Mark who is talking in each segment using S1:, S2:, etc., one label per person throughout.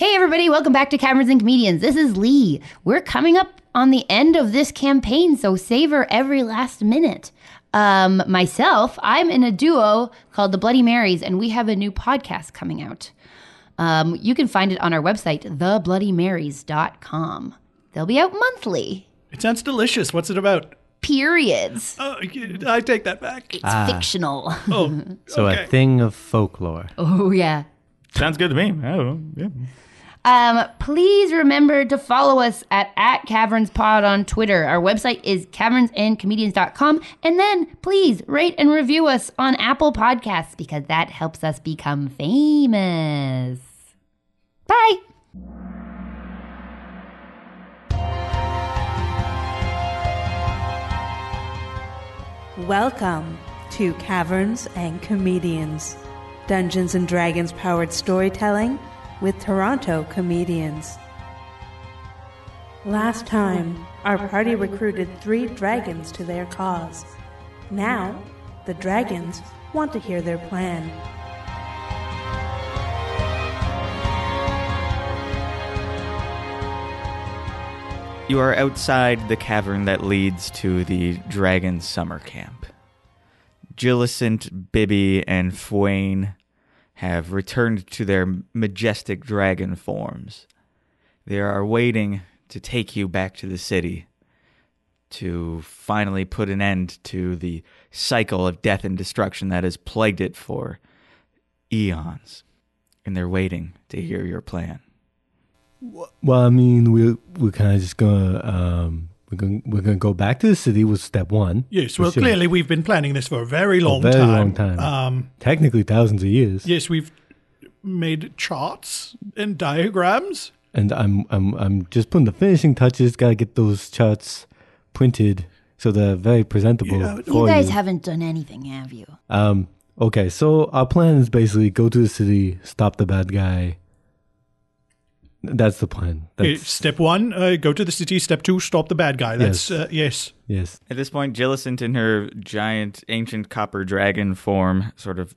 S1: everybody. Welcome back to Cameras and Comedians. This is Lee. We're coming up on the end of this campaign, so savor every last minute. Um, myself, I'm in a duo called the Bloody Marys, and we have a new podcast coming out. Um, you can find it on our website, thebloodymarys.com. They'll be out monthly.
S2: It sounds delicious. What's it about?
S1: Periods.
S2: Oh, y- I take that back.
S1: It's fictional.
S2: Oh,
S3: So
S2: okay.
S3: a thing of folklore.
S1: Oh, yeah.
S4: Sounds good to me. Oh, yeah.
S1: Um, please remember to follow us at, at Caverns Pod on Twitter. Our website is cavernsandcomedians.com. And then please rate and review us on Apple Podcasts because that helps us become famous. Bye.
S5: Welcome to Caverns and Comedians, Dungeons and Dragons powered storytelling with Toronto comedians. Last time, our party recruited three dragons to their cause. Now, the dragons want to hear their plan.
S4: You are outside the cavern that leads to the dragon summer camp. Gillicent, Bibby, and Fwain have returned to their majestic dragon forms. They are waiting to take you back to the city to finally put an end to the cycle of death and destruction that has plagued it for eons. And they're waiting to hear your plan.
S3: Well, I mean, we're we're kind of just gonna um, we're gonna we're gonna go back to the city was step one.
S2: yes. Well,
S3: For sure.
S2: clearly we've been planning this for a very long
S3: very
S2: time.
S3: long time.
S2: Um,
S3: technically thousands of years.
S2: yes, we've made charts and diagrams.
S3: And I'm I'm I'm just putting the finishing touches. Got to get those charts printed so they're very presentable.
S2: Yeah.
S3: for
S1: you guys haven't done anything, have you?
S3: Um, okay, so our plan is basically go to the city, stop the bad guy. That's the plan.
S2: Uh,
S3: That's,
S2: Step one, uh, go to the city. Step two, stop the bad guy. That's yes. Uh, yes.
S3: yes.
S4: At this point, Gillicent in her giant ancient copper dragon form sort of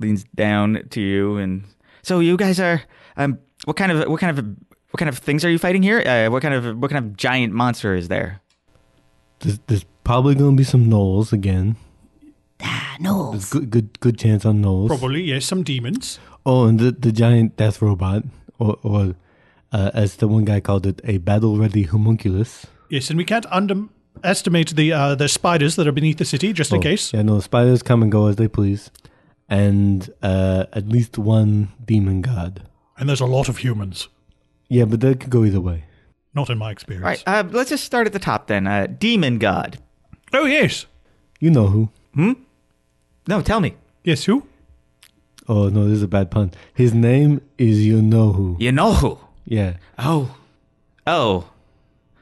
S4: leans down to you and so you guys are um what kind of what kind of what kind of things are you fighting here? Uh, what kind of what kind of giant monster is there?
S3: There's, there's probably going to be some gnolls again.
S1: Ah, no.
S3: There's good good good chance on gnolls.
S2: Probably yes. Some demons.
S3: Oh, and the, the giant death robot, or, or uh, as the one guy called it, a battle ready homunculus.
S2: Yes, and we can't underestimate the uh, the spiders that are beneath the city. Just in
S3: Oh,
S2: case.
S3: Yeah, no, spiders come and go as they please. And uh, at least one demon god.
S2: And there's a lot of humans.
S3: Yeah, but that could go either way.
S2: Not in my experience.
S4: All right, uh, let's just start at the top then. Uh, Demon God.
S2: Oh yes.
S3: You know who.
S4: No, tell me.
S2: Yes. Who?
S3: Oh, no, this is a bad pun. His name is You Know Who.
S4: You know who?
S3: Yeah.
S4: Oh, oh,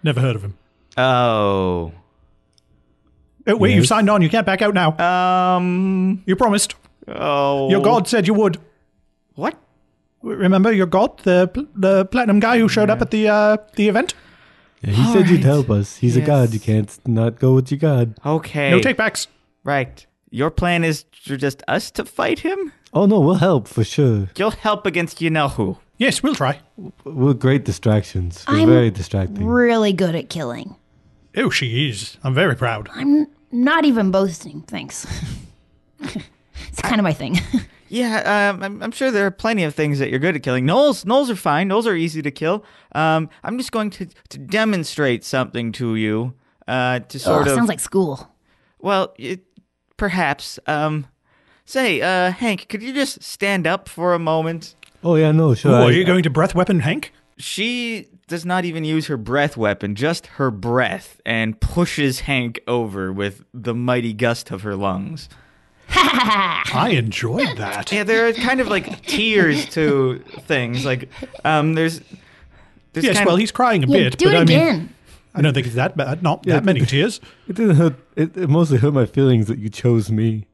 S2: Never heard of him.
S4: oh.
S2: Oh wait, you
S3: Yes.
S2: signed on. You can't back out now.
S4: Uh, Um.
S2: you promised.
S4: Oh.
S2: Your god said you would.
S4: What?
S2: Remember your god, the pl- the platinum guy who showed up at the uh, the event.
S3: Yeah, he said you'd help us. He's a god. You can't not go with your god.
S4: Okay.
S2: No takebacks.
S4: Right. Your plan is for just us to fight him?
S3: Oh, no, we'll help for sure.
S4: You'll help against you know who.
S2: Yes, we'll try.
S3: We're great distractions. We're
S1: I'm
S3: very distracting.
S1: Really good at killing.
S2: Oh, she is. I'm very proud.
S1: I'm not even boasting. Thanks. it's kind of my thing.
S4: Yeah, um, I'm, I'm sure there are plenty of things that you're good at killing. Knolls, knolls are fine. Knolls are easy to kill. Um, I'm just going to, to demonstrate something to you. Uh, to
S1: Ugh,
S4: sort of.
S1: Oh, Sounds like school.
S4: well, it, perhaps. Um, say, uh, Hank, could you just stand up for a moment?
S3: Oh, yeah, no, sure.
S2: Oh,
S3: I-
S2: are you going to breath weapon, Hank?
S4: She does not even use her breath weapon, just her breath, and pushes Hank over with the mighty gust of her lungs.
S2: I enjoyed that.
S4: Yeah, there are kind of like tiers to things. Like, um, there's, there's
S2: Yes,
S4: kind
S2: well,
S4: of,
S2: he's crying a
S1: Yeah,
S2: bit,
S1: do
S2: but
S1: it
S2: I mean,
S1: again.
S2: I don't think it's that bad. Not that many tears.
S3: It didn't hurt. It, it mostly hurt my feelings that you chose me.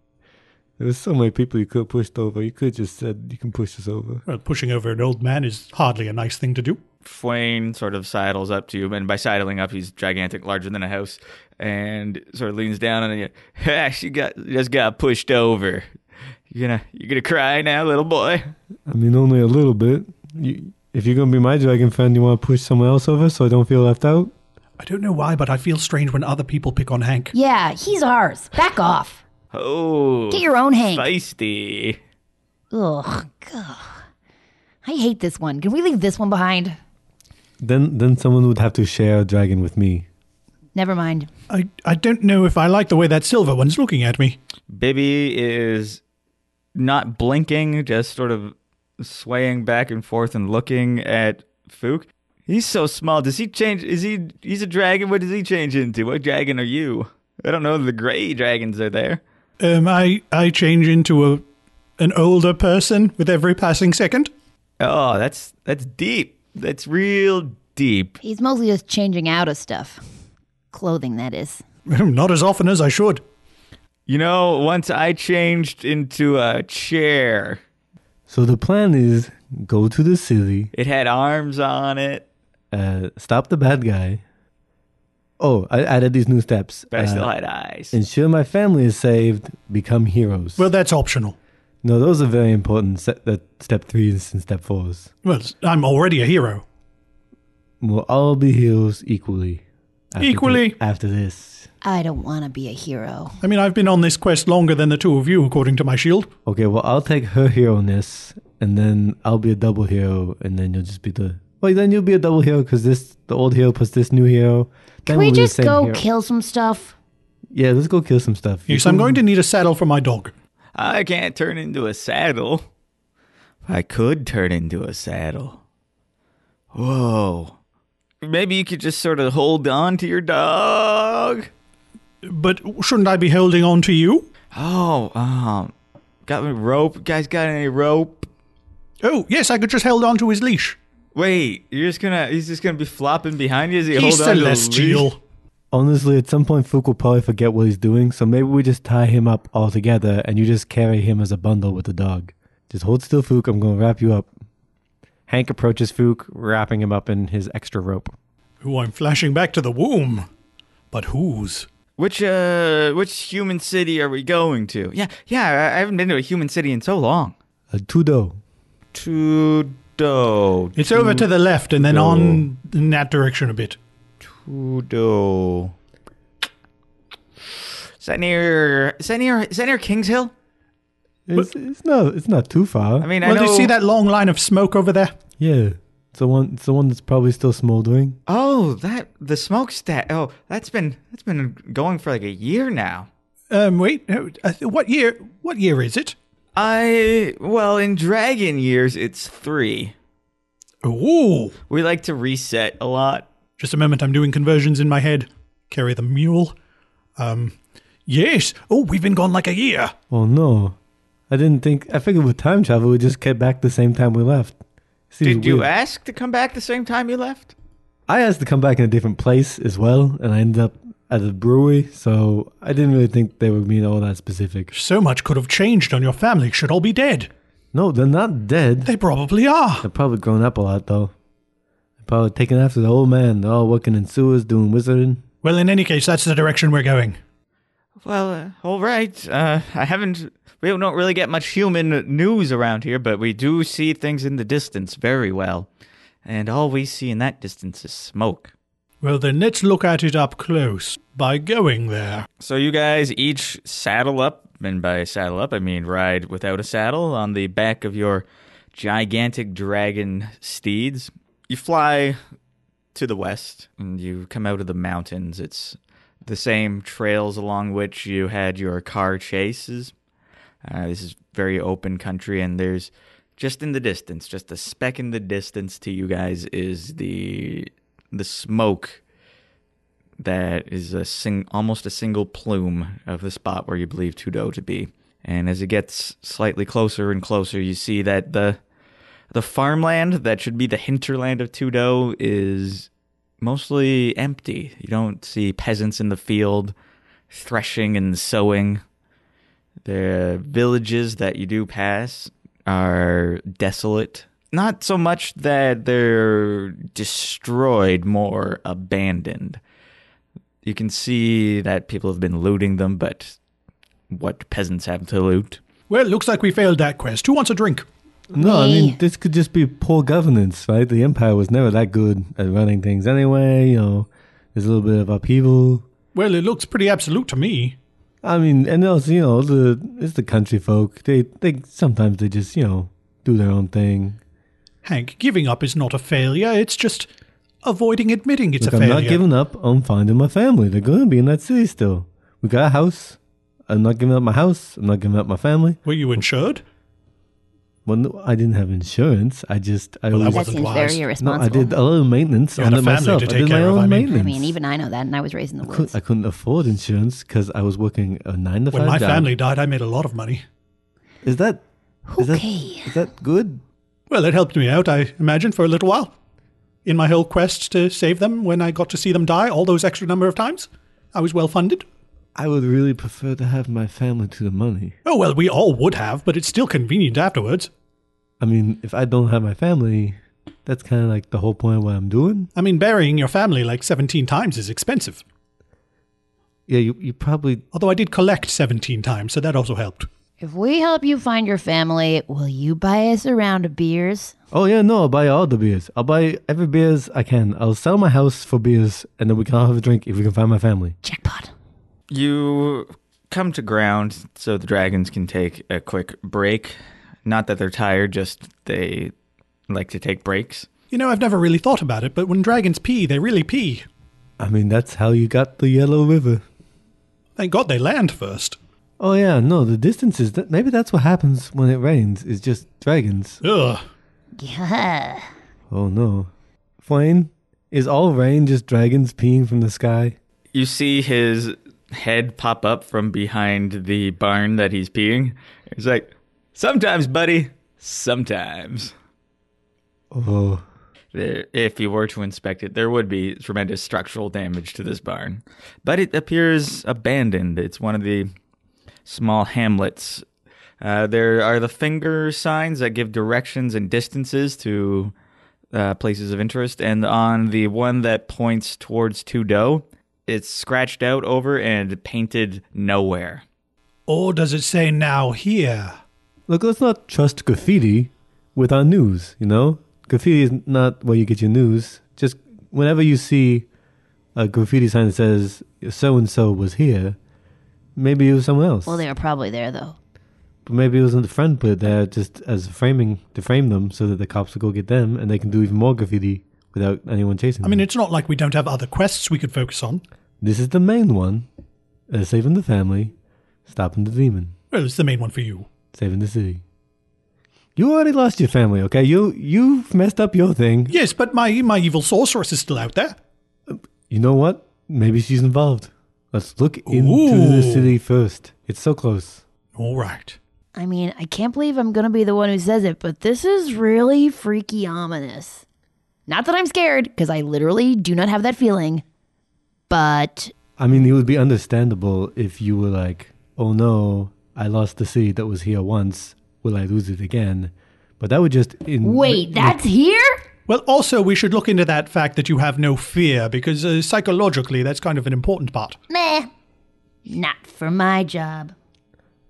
S3: There was so many people you could have pushed over. You could have just said, you can push us over.
S2: Well, Uh, pushing over an old man is hardly a nice thing to do.
S4: Fwain sort of sidles up to you, and by sidling up, he's gigantic, larger than a house, and sort of leans down on you. Ha, she got just got pushed over. You gonna you gonna cry now, little boy?
S3: I mean, only a little bit. You if you're gonna be my dragon friend, you want to push someone else over so I don't feel left out.
S2: I don't know why, but I feel strange when other people pick on Hank.
S1: Yeah, he's ours. Back off.
S4: Oh,
S1: Get your own Hank.
S4: feisty.
S1: Ugh. God. I hate this one. Can we leave this one behind?
S3: Then then someone would have to share a dragon with me.
S1: Never mind.
S2: I, I don't know if I like the way that silver one's looking at me.
S4: Bibby is not blinking, just sort of swaying back and forth and looking at Fook. He's so small. Does he change? Is he? He's a dragon. What does he change into? What dragon are you? I don't know. The gray dragons are there.
S2: Um, I, I change into a an older person with every passing second.
S4: Oh, that's that's deep. That's real deep.
S1: He's mostly just changing out of stuff. Clothing, that is.
S2: Not as often as I should.
S4: You know, once I changed into a chair.
S3: So the plan is go to the city,
S4: It had arms on it,
S3: uh, stop the bad guy. Oh, I added these new steps.
S4: but I still
S3: Uh,
S4: had eyes.
S3: Ensure my family is saved. Become heroes.
S2: Well, that's optional.
S3: no, those are very important. Se- that step threes and step fours.
S2: Well, I'm already a hero.
S3: We'll all be heroes equally. after thi-
S2: Equally.
S3: after this.
S1: I don't want to be a hero.
S2: I mean, I've been on this quest longer than the two of you, according to my shield.
S3: Okay, well, I'll take her hero ness, and then I'll be a double hero, and then you'll just be the. Well, then you'll be a double hero because this the old hero plus this new hero. Then
S1: Can we
S3: we'll be the
S1: just
S3: same
S1: go
S3: hero.
S1: kill some stuff?
S3: Yeah, let's go kill some stuff.
S2: Yes, I'm going to need a saddle for my dog.
S4: I can't turn into a saddle. I could turn into a saddle. Whoa. Maybe you could just sort of hold on to your dog.
S2: But shouldn't I be holding on to you?
S4: Oh, um, got me rope. Guys, got any rope?
S2: Oh, yes, I could just hold on to his leash.
S4: Wait, you're just gonna, he's just gonna be flopping behind you as he
S2: He's
S4: hold on to the leash?
S2: celestial.
S3: Honestly, at some point, Fook will probably forget what he's doing, so maybe we just tie him up all together, and you just carry him as a bundle with the dog. Just hold still, Fook. I'm going to wrap you up. Hank approaches Fook, wrapping him up in his extra rope.
S2: Who I'm flashing back to the womb. But whose?
S4: Which, uh, which human city are we going to? Yeah, yeah, I- I haven't been to a human city in so long.
S3: A Tudo.
S4: To do.
S2: It's over to the left and then
S4: Hmm. No.
S2: on in that direction a bit.
S4: Udo. Is that near? Is that near? Is that near Kings Hill?
S3: It's, it's not. It's not too far.
S4: I mean, I
S2: well,
S4: know.
S2: do you see that long line of smoke over there?
S3: yeah, it's the one. It's the one that's probably still smoldering.
S4: Oh, that the smokestack. Oh, that's been that's been going for like a year now.
S2: Um, wait, no, uh, what year? What year is it?
S4: I well, in dragon years, it's three.
S2: Ooh,
S4: We like to reset a lot.
S2: just a moment. I'm doing conversions in my head. Carry the mule. Um, yes. Oh, we've been gone like a year.
S3: Oh no, I didn't think. I figured with time travel, we just get back the same time we left. Seems
S4: Did you
S3: weird.
S4: ask to come back the same time you left?
S3: I asked to come back in a different place as well, and I ended up at a brewery, so I didn't really think they were being all that specific.
S2: So much could have changed on your family. Should all be dead.
S3: No, they're not dead.
S2: They probably are.
S3: They're probably grown up a lot, though. They're probably taking after the old man. They're all working in sewers, doing wizarding.
S2: Well, in any case, that's the direction we're going.
S4: Well, uh, all right. Uh, I haven't. We don't really get much human news around here, but we do see things in the distance very well. And all we see in that distance is smoke.
S2: Well, then let's look at it up close by going there.
S4: So you guys each saddle up, and by saddle up, I mean ride without a saddle on the back of your gigantic dragon steeds. You fly to the west and you come out of the mountains. It's the same trails along which you had your car chases. Uh, this is very open country, and there's just in the distance, just a speck in the distance to you guys is the the smoke that is a sing- almost a single plume of the spot where you believe Tudo to be. And as it gets slightly closer and closer, you see that the the farmland that should be the hinterland of Tudo is mostly empty. You don't see peasants in the field threshing and sowing. The villages that you do pass are desolate. Not so much that they're destroyed, more abandoned you can see that people have been looting them, but what peasants have to loot?
S2: Well, looks like we failed that quest. Who wants a drink?
S3: No, I
S1: Me.
S3: mean this could just be poor governance, right? The empire was never that good at running things anyway. You know, there's a little bit of upheaval.
S2: Well, it looks pretty absolute to me.
S3: I mean, and also you know the it's the country folk. They they sometimes they just you know do their own thing.
S2: Hank, giving up is not a failure. It's just avoiding admitting it's
S3: Look,
S2: a
S3: I'm
S2: failure.
S3: not giving up on finding my family. They're going to be in that city still. We got a house. I'm not giving up my house. I'm not giving up my family.
S2: Were you insured?
S3: Well, no, I didn't have insurance. I just I
S2: Well, that
S3: always
S1: That
S2: wasn't
S1: seems
S2: wise.
S1: very
S2: No, I
S3: no.
S1: irresponsible.
S3: I did a lot of maintenance
S2: You
S3: on
S2: had
S3: it
S2: a family
S3: myself.
S2: to
S3: I
S2: take
S3: did my
S2: care of,
S3: own
S2: I mean. I
S3: maintenance.
S1: I mean, even I know that, and I was raised in the
S3: Could-
S1: woods.
S3: I couldn't afford insurance because I was working a nine to
S2: When
S3: five
S2: my
S3: job.
S2: family died, I made a lot of money.
S3: Is that is that,
S1: Okay.
S3: is that good?
S2: Well, it helped me out, I imagine, for a little while. In my whole quest to save them when I got to see them die all those extra number of times, I was well funded.
S3: I would really prefer to have my family to the money.
S2: Oh, well, we all would have, but it's still convenient afterwards.
S3: I mean, if I don't have my family, that's kind of like the whole point of what I'm doing.
S2: I mean, burying your family like 17 times is expensive.
S3: Yeah, you, you probably
S2: Although I did collect 17 times, so that also helped.
S1: If we help you find your family, will you buy us a round of beers?
S3: Oh yeah, no, I'll buy all the beers. I'll buy every beers I can. I'll sell my house for beers, and then we can all have a drink if we can find my family.
S1: Jackpot.
S4: You come to ground so the dragons can take a quick break. Not that they're tired, just they like to take breaks.
S2: You know, I've never really thought about it, but when dragons pee, they really pee.
S3: I mean, that's how you got the Yellow River.
S2: Thank God they land first.
S3: Oh yeah, no, the distances. That, maybe that's what happens when it rains. It's just dragons.
S2: Ugh.
S1: Yeah.
S3: Oh no, Fwayne, is all rain just dragons peeing from the sky?
S4: You see his head pop up from behind the barn that he's peeing. He's like, Sometimes, buddy, sometimes.
S3: Oh,
S4: There, if you were to inspect it, there would be tremendous structural damage to this barn. But it appears abandoned. It's one of the small hamlets. Uh, there are the finger signs that give directions and distances to uh, places of interest. And on the one that points towards Tudo, it's scratched out over and painted nowhere.
S2: Or does it say now here?
S3: look, let's not trust graffiti with our news. You know, graffiti is not where you get your news. Just whenever you see a graffiti sign that says "so and so was here," maybe it was someone else.
S1: Well, they were probably there though.
S3: but maybe it wasn't the friend put it there just as framing to frame them so that the cops will go get them and they can do even more graffiti without anyone chasing.
S2: I mean,
S3: them.
S2: it's not like we don't have other quests we could focus on.
S3: this is the main one: uh, saving the family, stopping the demon.
S2: Well, it's the main one for you.
S3: saving the city. You already lost your family, okay? You you've messed up your thing.
S2: Yes, but my my evil sorceress is still out there.
S3: You know what? Maybe she's involved. Let's look into
S2: Ooh.
S3: the city first. It's so close.
S2: All right.
S1: I mean, I can't believe I'm gonna be the one who says it, but this is really freaky ominous. Not that I'm scared, because I literally do not have that feeling. But
S3: I mean, it would be understandable if you were like, "Oh no, I lost the city that was here once. Will I lose it again?" But that would just in
S1: wait, that's here?
S2: Well, also we should look into that fact that you have no fear because uh, psychologically that's kind of an important part.
S1: Meh. Not for my job.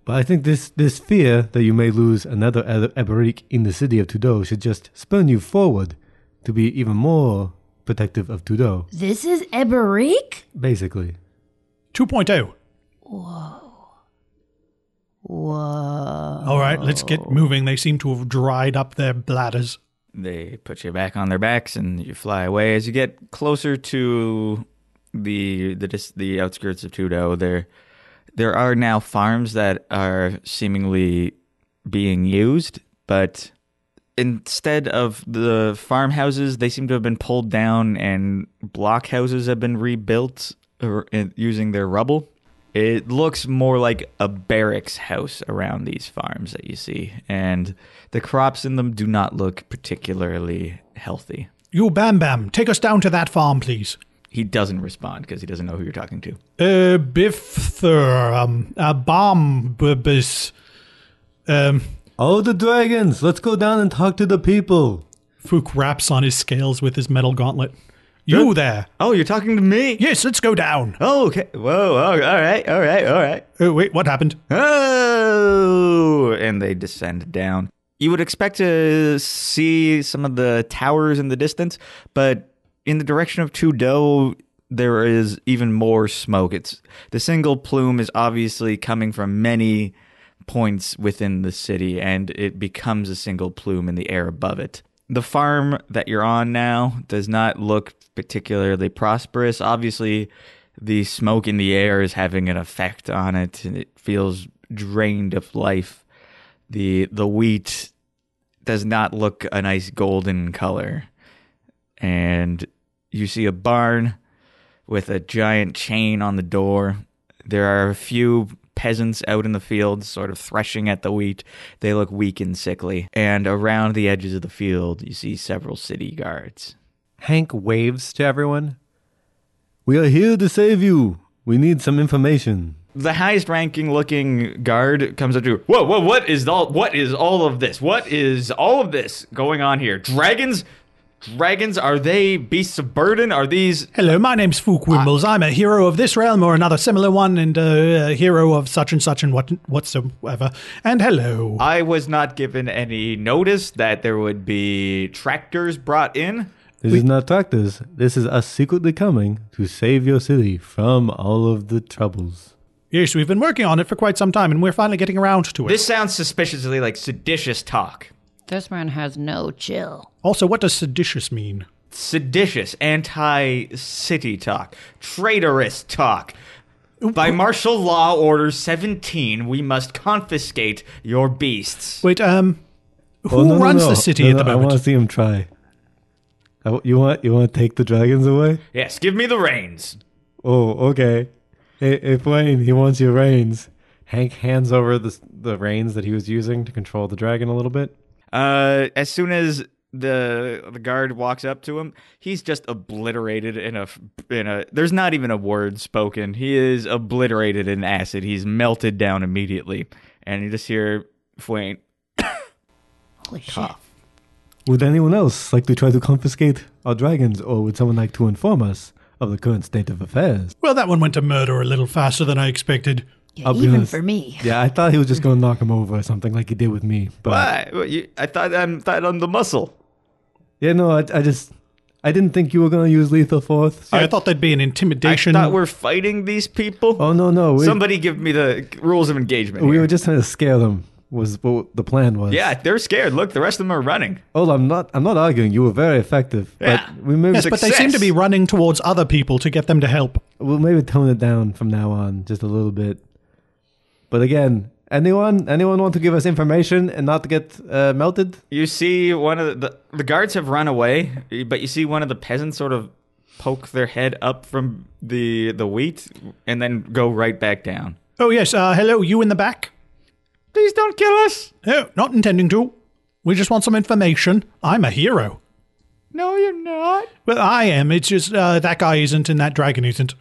S3: But I think this this fear that you may lose another Ab- Aberic in the city of Tudo should just spurn you forward to be even more protective of Tudo,
S1: This is Eberik?
S3: basically.
S2: 2.0.
S1: Whoa.
S2: All right, let's get moving. They seem to have dried up their bladders.
S4: they put you back on their backs and you fly away as you get closer to the the dis- the outskirts of Tudo there there are now farms that are seemingly being used but instead of the farmhouses they seem to have been pulled down and blockhouses have been rebuilt or, uh, using their rubble it looks more like a barracks house around these farms that you see, and the crops in them do not look particularly healthy.
S2: You Bam Bam, take us down to that farm, please.
S4: He doesn't respond because he doesn't know who you're talking to.
S2: Uh, Bifther, um, a bomb, bus, um,
S3: Oh, the dragons! Let's go down and talk to the people.
S2: Fook raps on his scales with his metal gauntlet. You there?
S4: Oh, you're talking to me?
S2: Yes, let's go down. Uh,
S4: Oh, okay. Whoa. Oh, all right. All right. All right.
S2: Oh, wait, what happened?
S4: Oh, and they descend down. You would expect to see some of the towers in the distance, but in the direction of Trudeau, there is even more smoke. It's the single plume is obviously coming from many points within the city, and it becomes a single plume in the air above it. The farm that you're on now does not look particularly prosperous. Obviously, the smoke in the air is having an effect on it, and it feels drained of life. the The wheat does not look a nice golden color, and you see a barn with a giant chain on the door. There are a few peasants out in the fields, sort of threshing at the wheat. They look weak and sickly. And around the edges of the field, you see several city guards.
S3: Hank waves to everyone. We are here to save you. We need some information.
S4: The highest ranking looking guard comes up to you. Whoa, whoa, what is all what is all of this? What is all of this going on here? Dragons? Dragons, are they beasts of burden? Are these
S2: Hello, my name's Fook Wimbles. I'm a hero of this realm or another similar one, and uh, a hero of such and such and what whatsoever. And hello.
S4: I was not given any notice that there would be tractors brought in.
S3: This is not tractors. This is us secretly coming to save your city from all of the troubles.
S2: Yes, we've been working on it for quite some time, and we're finally getting around to it.
S4: This sounds suspiciously like seditious talk.
S1: This man has no chill.
S2: also, what does seditious mean?
S4: seditious, anti city talk, traitorous talk. By martial law order 17, we must confiscate your beasts.
S2: Wait, um, who
S3: Oh, no, no,
S2: runs
S3: no.
S2: the city
S3: No,
S2: at the
S3: no, I
S2: moment?
S3: want to see him try. I w- you want you want to take the dragons away?
S4: Yes, give me the reins.
S3: Oh, okay. Hey, hey Blaine, he wants your reins. Hank hands over the s- the reins that he was using to control the dragon a little bit.
S4: Uh, as soon as the the guard walks up to him, he's just obliterated in a in a. There's not even a word spoken. He is obliterated in acid. He's melted down immediately, and you just hear Fwain.
S1: Holy shit.
S3: Would anyone else like to try to confiscate our dragons, or would someone like to inform us of the current state of affairs?
S2: Well, that one went to murder a little faster than I expected.
S1: Yeah,
S3: I'll be
S1: even
S3: honest.
S1: for me.
S3: Yeah, I thought he was just going to knock him over or something like he did with me. But
S4: Why? Well, you- I thought I'm thought on the muscle.
S3: yeah, no, I, I just I didn't think you were going to use lethal force.
S2: I thought there'd be an intimidation.
S4: I thought we're fighting these people.
S3: oh no, no, we,
S4: Somebody give me the rules of engagement.
S3: we
S4: here.
S3: were just trying to scare them. Was what the plan was?
S4: yeah, they're scared. Look, the rest of them are running.
S3: Oh, I'm not. I'm not arguing. You were very effective.
S4: Yeah.
S3: But we maybe
S2: yes, but they seem
S4: Success.
S2: to be running towards other people to get them to help.
S3: we'll maybe tone it down from now on just a little bit. But again, anyone anyone want to give us information and not get uh, melted?
S4: You see one of the, the the guards have run away, but you see one of the peasants sort of poke their head up from the the wheat and then go right back down.
S2: Oh, yes, uh, hello, you in the back?
S4: Please don't kill us.
S2: No, not intending to. We just want some information. I'm a hero.
S4: No, you're not.
S2: Well, I am. It's just uh, that guy isn't and that dragon isn't.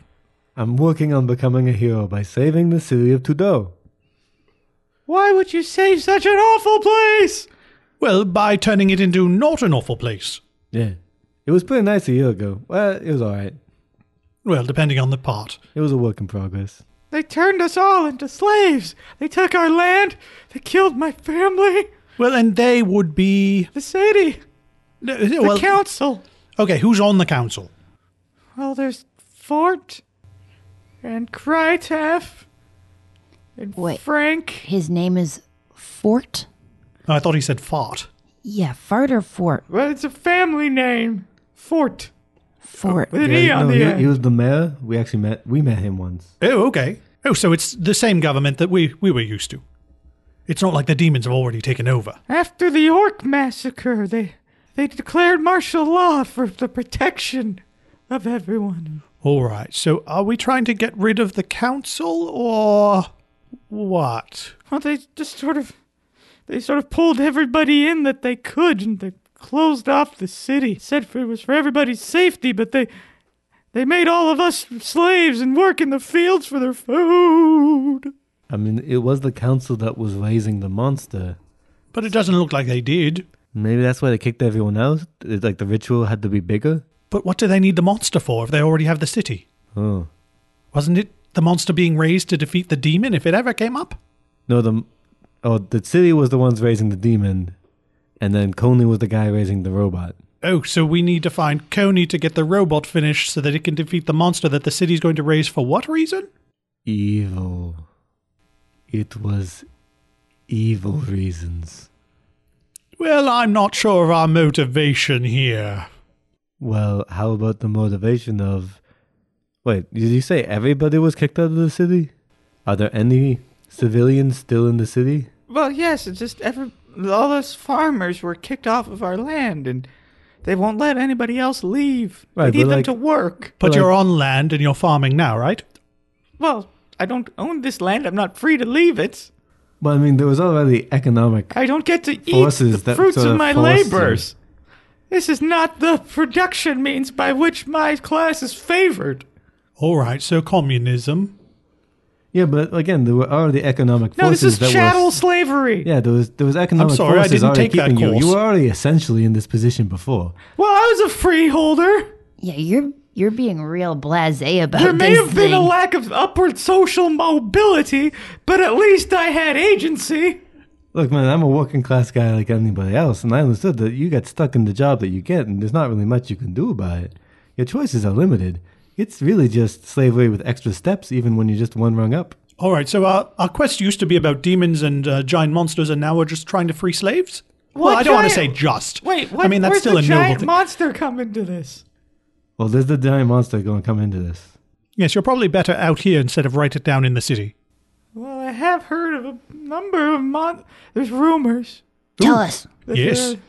S3: I'm working on becoming a hero by saving the city of Trudeau.
S4: Why would you save such an awful place?
S2: Well, by turning it into not an awful place.
S3: Yeah, it was pretty nice a year ago. Well, it was all right.
S2: Well, depending on the part.
S3: It was a work in progress.
S4: They turned us all into slaves. They took our land. They killed my family.
S2: Well, and they would be.
S4: The city.
S2: no, uh, well,
S4: council.
S2: okay, who's on the council?
S4: Well, there's Fort and Krytef and
S1: Wait.
S4: Frank.
S1: His name is Fort?
S2: Oh, I thought he said fart.
S1: Yeah, Fart or Fort?
S4: Well, it's a family name. Fort.
S1: Fort.
S4: With an
S3: Yeah,
S4: E
S3: no,
S4: on the
S3: he,
S4: end.
S3: he was the mayor. We actually met. We met him once.
S2: Oh, okay. Oh, so it's the same government that we, we were used to. It's not like the demons have already taken over.
S4: After the Orc massacre, they they declared martial law for the protection of everyone.
S2: All right, so are we trying to get rid of the council or what?
S4: Well, they just sort of they sort of pulled everybody in that they could, and they closed off the city. Said for, it was for everybody's safety, but they they made all of us slaves and work in the fields for their food.
S3: I mean, it was the council that was raising the monster.
S2: But it doesn't look like they did.
S3: Maybe that's why they kicked everyone out. It's like the ritual had to be bigger.
S2: But what do they need the monster for if they already have the city?
S3: Oh.
S2: Wasn't it the monster being raised to defeat the demon if it ever came up?
S3: No, the oh, the city was the ones raising the demon, and then Coney was the guy raising the robot.
S2: Oh, so we need to find Coney to get the robot finished so that it can defeat the monster that the city's going to raise for what reason?
S3: Evil. It was evil reasons.
S2: Well, I'm not sure of our motivation here.
S3: Well, how about the motivation of. Wait, did you say everybody was kicked out of the city? Are there any civilians still in the city?
S4: Well, yes, it's just every all us farmers were kicked off of our land, and they won't let anybody else leave.
S3: Right,
S4: they need
S3: but,
S4: them
S3: like-
S4: to work.
S2: But
S3: Well,
S2: you're
S3: I-
S2: on land and you're farming now, right?
S4: Well, I don't own this land. I'm not free to leave it.
S3: Well, I mean, there was already economic.
S4: I don't get to eat
S3: Forces
S4: the
S3: that
S4: fruits
S3: sort
S4: of
S3: of
S4: my
S3: force you.
S4: labors. This is not the production means by which my class is favored.
S2: All right, so communism.
S3: Yeah, but again, there were already economic
S4: No,
S3: forces
S4: this is
S3: that
S4: chattel
S3: were.
S4: slavery.
S3: Yeah, there was there was economic
S2: sorry, I
S3: forces
S2: didn't
S3: already
S2: take that
S3: keeping you. You
S2: course.
S3: were already essentially in this position before.
S4: Well, I was a freeholder.
S1: Yeah, you're you're being real blasé about
S4: There may
S1: this
S4: have been a
S1: thing.
S4: lack of upward social mobility, but at least I had agency.
S3: Look, man, I'm a working class guy like anybody else, and I understood that you got stuck in the job that you get, and there's not really much you can do about it. Your choices are limited. It's really just slavery with extra steps, even when you're just one rung up.
S2: All right, so our, our quest used to be about demons and uh, giant monsters, and now we're just trying to free slaves? well,
S4: What
S2: I don't want to say
S4: giant-
S2: just.
S4: Wait, what?
S2: I mean, that's
S4: where's
S2: still
S4: the
S2: a noble
S4: giant
S2: thing.
S4: monster come into this?
S3: Well, there's the giant monster going to come into this.
S2: yes, you're probably better out here instead of write it down in the city.
S4: Well, I have heard of a number of mon. There's rumors
S1: Tell us.
S4: that
S2: Yes.
S4: there are-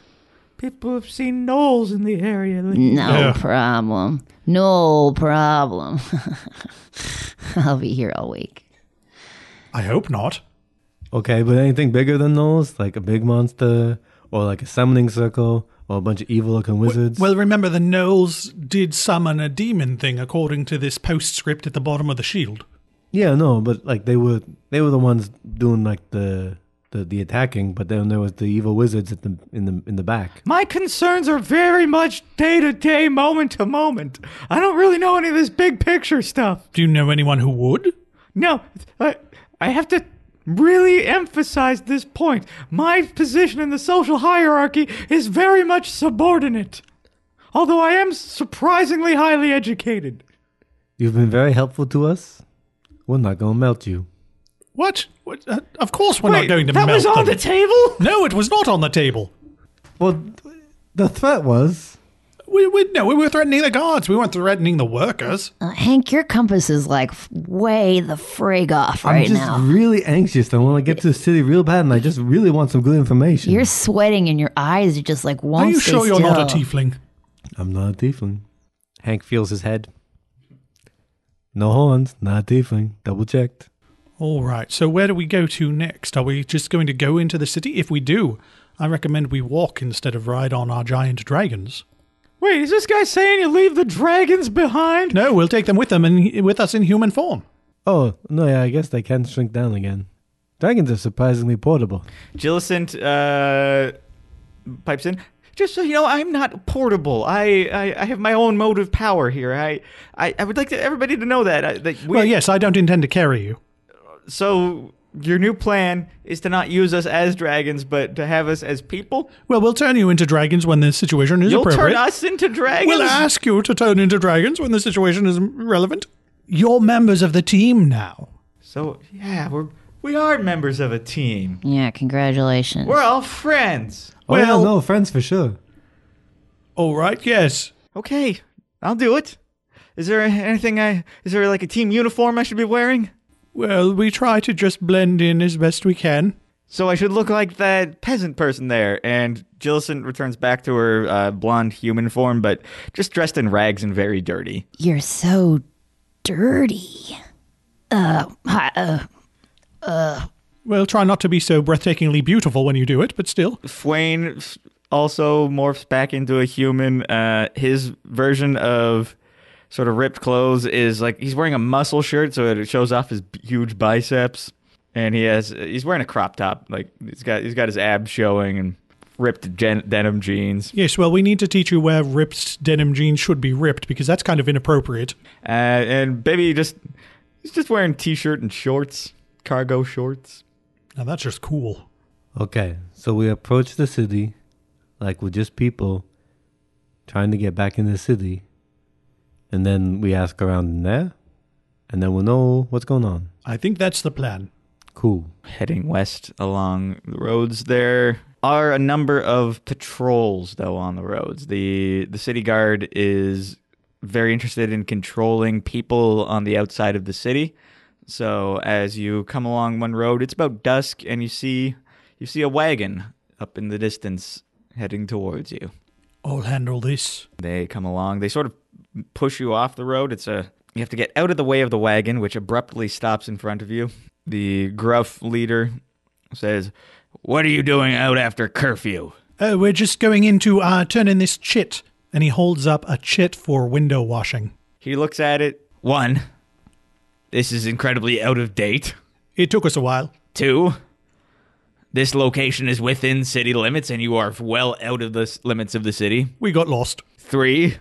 S4: people have seen gnolls in the area.
S1: No
S2: Yeah.
S1: problem. No problem. I'll be here all week.
S2: I hope not.
S3: Okay, but anything bigger than those, like a big monster, or like a summoning circle, or a bunch of evil looking wizards?
S2: Well, remember, the Knowles did summon a demon thing, according to this postscript at the bottom of the shield.
S3: yeah, no, but like they were they were the ones doing like the the, the attacking, but then there was the evil wizards at the in the in the back.
S4: My concerns are very much day to day, moment to moment. I don't really know any of this big picture stuff.
S2: Do you know anyone who would?
S4: No, I, I have to really emphasize this point. My position in the social hierarchy is very much subordinate, although I am surprisingly highly educated.
S3: You've been very helpful to us. We're not gonna melt you.
S2: What? what? Uh, of course, we're not going to
S4: that
S2: melt
S4: was on
S2: them.
S4: the table.
S2: no, it was not on the table.
S3: Well, the threat was
S2: We, we, no, we were threatening the guards. We weren't threatening the workers.
S1: Uh, Hank, your compass is like f- way the frig off
S3: I'm
S1: right
S3: just
S1: now.
S3: really anxious. I want to get to the city real bad, and I just really want some good information.
S1: You're sweating and your eyes are just like won't
S2: Are you
S1: stay
S2: sure you're not a
S1: still.
S2: tiefling?
S3: I'm not a tiefling. Hank feels his head. No horns, not a tiefling. Double checked.
S2: All right, so where do we go to next? Are we just going to go into the city? If we do, I recommend we walk instead of ride on our giant dragons.
S4: Wait, is this guy saying you leave the dragons behind?
S2: No, we'll take them with them and with us in human form.
S3: Oh, no, yeah, I guess they can shrink down again. Dragons are surprisingly portable.
S4: Gillicent uh, pipes in. Just so you know, I'm not portable. I, I, I have my own motive power here. I, I, I would like to, everybody to know that. I, that we,
S2: well, yes, I don't intend to carry you.
S4: So your new plan is to not use us as dragons, but to have us as people.
S2: Well, we'll turn you into dragons when the situation is
S4: You'll
S2: appropriate.
S4: turn us into dragons.
S2: We'll ask you to turn into dragons when the situation is relevant. You're members of the team now.
S4: so yeah, we're we are members of a team.
S1: Yeah, congratulations.
S4: We're all friends.
S3: Oh, yeah,
S2: Well-
S3: no, friends for sure.
S2: All right, yes.
S4: Okay, I'll do it. Is there anything I? Is there like a team uniform I should be wearing?
S2: Well, we try to just blend in as best we can.
S4: So I should look like that peasant person there. And Jillison returns back to her uh, blonde human form, but just dressed in rags and very dirty.
S1: You're so dirty. Uh, hi, uh,
S2: Well, try not to be so breathtakingly beautiful when you do it, but still.
S4: Fwain f- also morphs back into a human. Uh, his version of sort of ripped clothes is like he's wearing a muscle shirt, so it shows off his b- huge biceps, and he has he's wearing a crop top. Like he's got he's got his abs showing and ripped gen- denim jeans.
S2: Yes, well, we need to teach you where ripped denim jeans should be ripped because that's kind of inappropriate.
S4: Uh, and baby just he's just wearing t-shirt and shorts, cargo shorts.
S2: Now, that's just cool.
S3: Okay, so we approach the city. Like we're just people trying to get back in the city, and then we ask around in there, and then we'll know what's going on.
S2: I think that's the plan.
S3: Cool.
S4: Heading west along the roads, there are a number of patrols though on the roads. The the city guard is very interested in controlling people on the outside of the city. So as you come along one road, it's about dusk and you see you see a wagon up in the distance heading towards you.
S2: I'll handle this.
S4: They come along. They sort of push you off the road. It's a you have to get out of the way of the wagon, which abruptly stops in front of you. The gruff leader says, "What are you doing out after curfew?"
S2: Uh, we're just going into uh, turn in this chit. And he holds up a chit for window washing.
S4: He looks at it. One, this is incredibly out of date.
S2: It took us a while.
S4: Two, this location is within city limits, and you are well out of the s- limits of the city.
S2: We got lost.
S4: Three,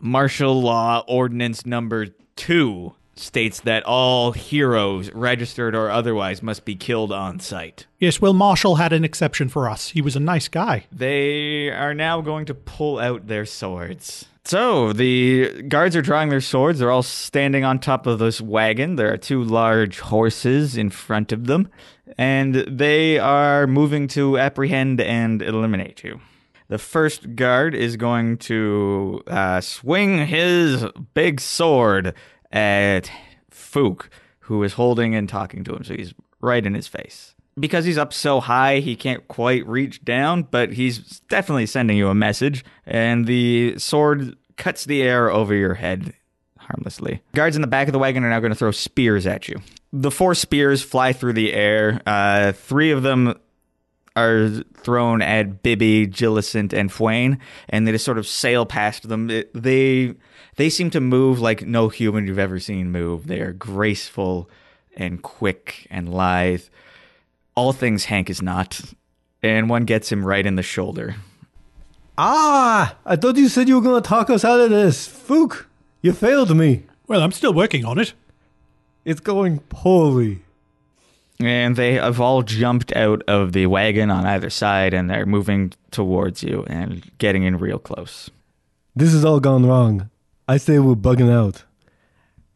S4: martial law ordinance number two states that all heroes, registered or otherwise, must be killed on sight.
S2: Yes, well, Marshall had an exception for us. He was a nice guy.
S4: They are now going to pull out their swords. So the guards are drawing their swords. They're all standing on top of this wagon. There are two large horses in front of them, and they are moving to apprehend and eliminate you. The first guard is going to uh, swing his big sword at Fook, who is holding and talking to him. So he's right in his face. Because he's up so high, he can't quite reach down, but he's definitely sending you a message. And the sword cuts the air over your head harmlessly. Guards in the back of the wagon are now going to throw spears at you. The four spears fly through the air. Uh, three of them are thrown at Bibby, Gillicent, and Fwain, and they just sort of sail past them. It- they they seem to move like no human you've ever seen move. They are graceful and quick and lithe. All things Hank is not, and one gets him right in the shoulder.
S3: Ah, I thought you said you were gonna talk us out of this. Fook, you failed me.
S2: Well, I'm still working on it.
S3: It's going poorly.
S4: And they have all jumped out of the wagon on either side, and they're moving towards you and getting in real close.
S3: This has all gone wrong. I say we're bugging out.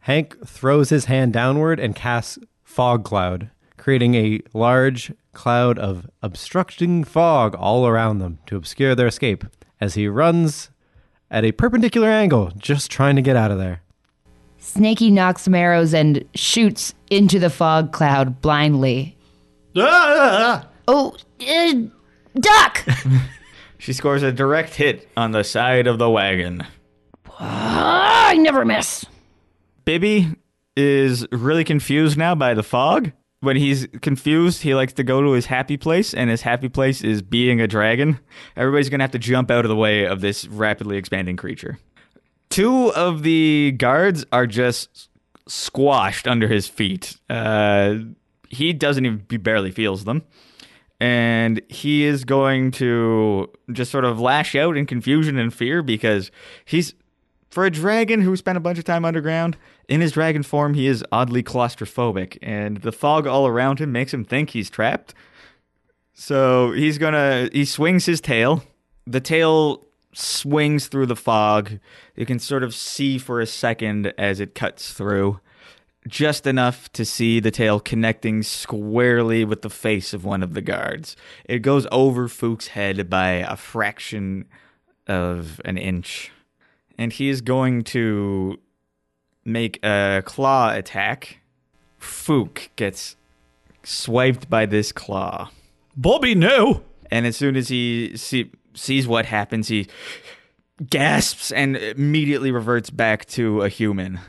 S3: Hank throws his hand downward and casts fog cloud, creating a large cloud of obstructing fog all around them to obscure their escape as he runs at a perpendicular angle, just trying to get out of there.
S1: Snaky knocks some arrows and shoots into the fog cloud blindly.
S2: Ah!
S1: Oh, uh, duck!
S4: She scores a direct hit on the side of the wagon.
S1: Ah, I never miss.
S4: Bibby is really confused now by the fog. When he's confused, he likes to go to his happy place, and his happy place is being a dragon. Everybody's gonna have to jump out of the way of this rapidly expanding creature. Two of the guards are just squashed under his feet. Uh, he doesn't even, he barely feels them. And he is going to just sort of lash out in confusion and fear because he's for a dragon who spent a bunch of time underground, in his dragon form, he is oddly claustrophobic, and the fog all around him makes him think he's trapped. So he's gonna, he swings his tail. The tail swings through the fog. You can sort of see for a second as it cuts through, just enough to see the tail connecting squarely with the face of one of the guards. It goes over Fook's head by a fraction of an inch and he is going to make a claw attack. Fook gets swiped by this claw,
S2: Bobby, no!
S4: and as soon as he see, sees what happens, he gasps and immediately reverts back to a human.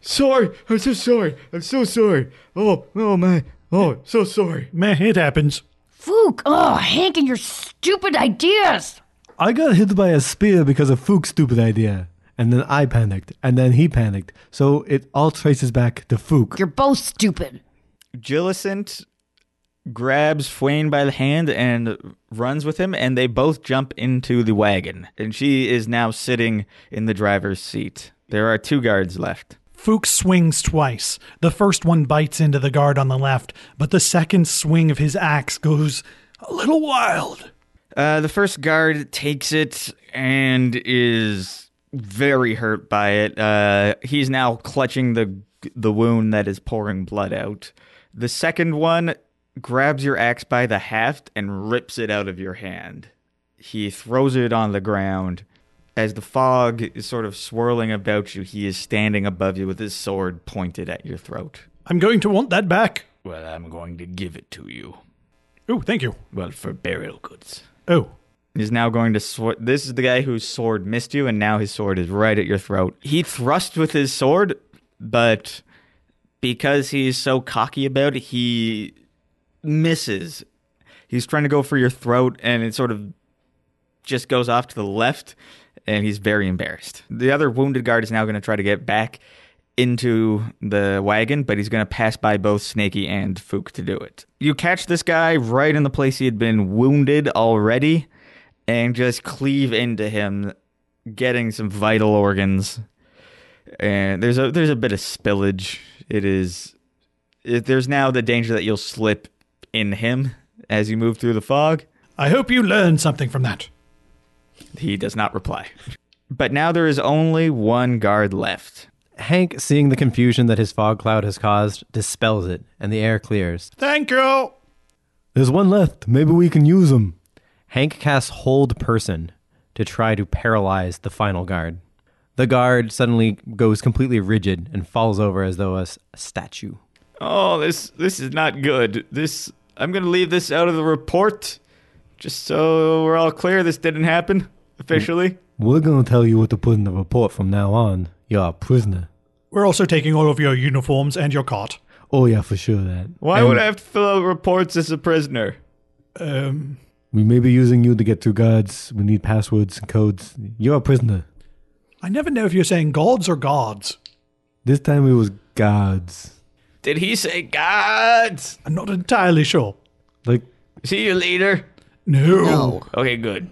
S4: Sorry, I'm so sorry. I'm so sorry. Oh, oh my. Oh, so sorry.
S2: Meh, it happens.
S1: Fook! Oh, Hank and your stupid ideas!
S3: I got hit by a spear because of Fook's stupid idea. And then I panicked, and then he panicked. So it all traces back to Fook.
S1: You're both stupid.
S4: Gillicent grabs Fwain by the hand and runs with him, and they both jump into the wagon. And she is now sitting in the driver's seat. There are two guards left.
S2: Fuchs swings twice. The first one bites into the guard on the left, but the second swing of his axe goes a little wild.
S4: Uh, the first guard takes it and is very hurt by it. Uh, he's now clutching the the wound that is pouring blood out. The second one grabs your axe by the haft and rips it out of your hand. He throws it on the ground. As the fog is sort of swirling about you, he is standing above you with his sword pointed at your throat.
S2: I'm going to want that back.
S4: Well, I'm going to give it to you.
S2: Oh, thank you.
S4: Well, for burial goods.
S2: Oh,
S4: is now going to sword. This is the guy whose sword missed you, and now his sword is right at your throat. He thrust with his sword, but because he's so cocky about it, he misses. He's trying to go for your throat, and it sort of just goes off to the left, and he's very embarrassed. The other wounded guard is now going to try to get back into the wagon, but he's going to pass by both Snaky and Fook to do it. You catch this guy right in the place he had been wounded already and just cleave into him, getting some vital organs. And there's a there's a bit of spillage. It is it, there's now the danger that you'll slip in him as you move through the fog.
S2: I hope you learned something from that.
S4: He does not reply. But now there is only one guard left.
S3: Hank, seeing the confusion that his fog cloud has caused, dispels it, and the air clears.
S2: Thank you.
S3: There's one left. Maybe we can use him. Hank casts Hold Person to try to paralyze the final guard. The guard suddenly goes completely rigid and falls over as though a s- statue.
S4: Oh, this this is not good. This I'm gonna leave this out of the report, just so we're all clear. This didn't happen
S2: Mm.
S4: officially.
S3: We're going to tell you what to put in the report from now on. You're a prisoner.
S2: We're also taking all of your uniforms and your cart.
S3: Oh, yeah, for sure that.
S4: Why
S3: And
S4: would I have to fill out reports as a prisoner?
S2: Um,
S3: We may be using you to get through guards. We need passwords and codes. You're a prisoner.
S2: I never know if you're saying gods or gods.
S3: This time it was guards.
S4: Did he say gods?
S2: I'm not entirely sure.
S3: Like,
S4: Is he your leader?
S2: No.
S4: Okay, good.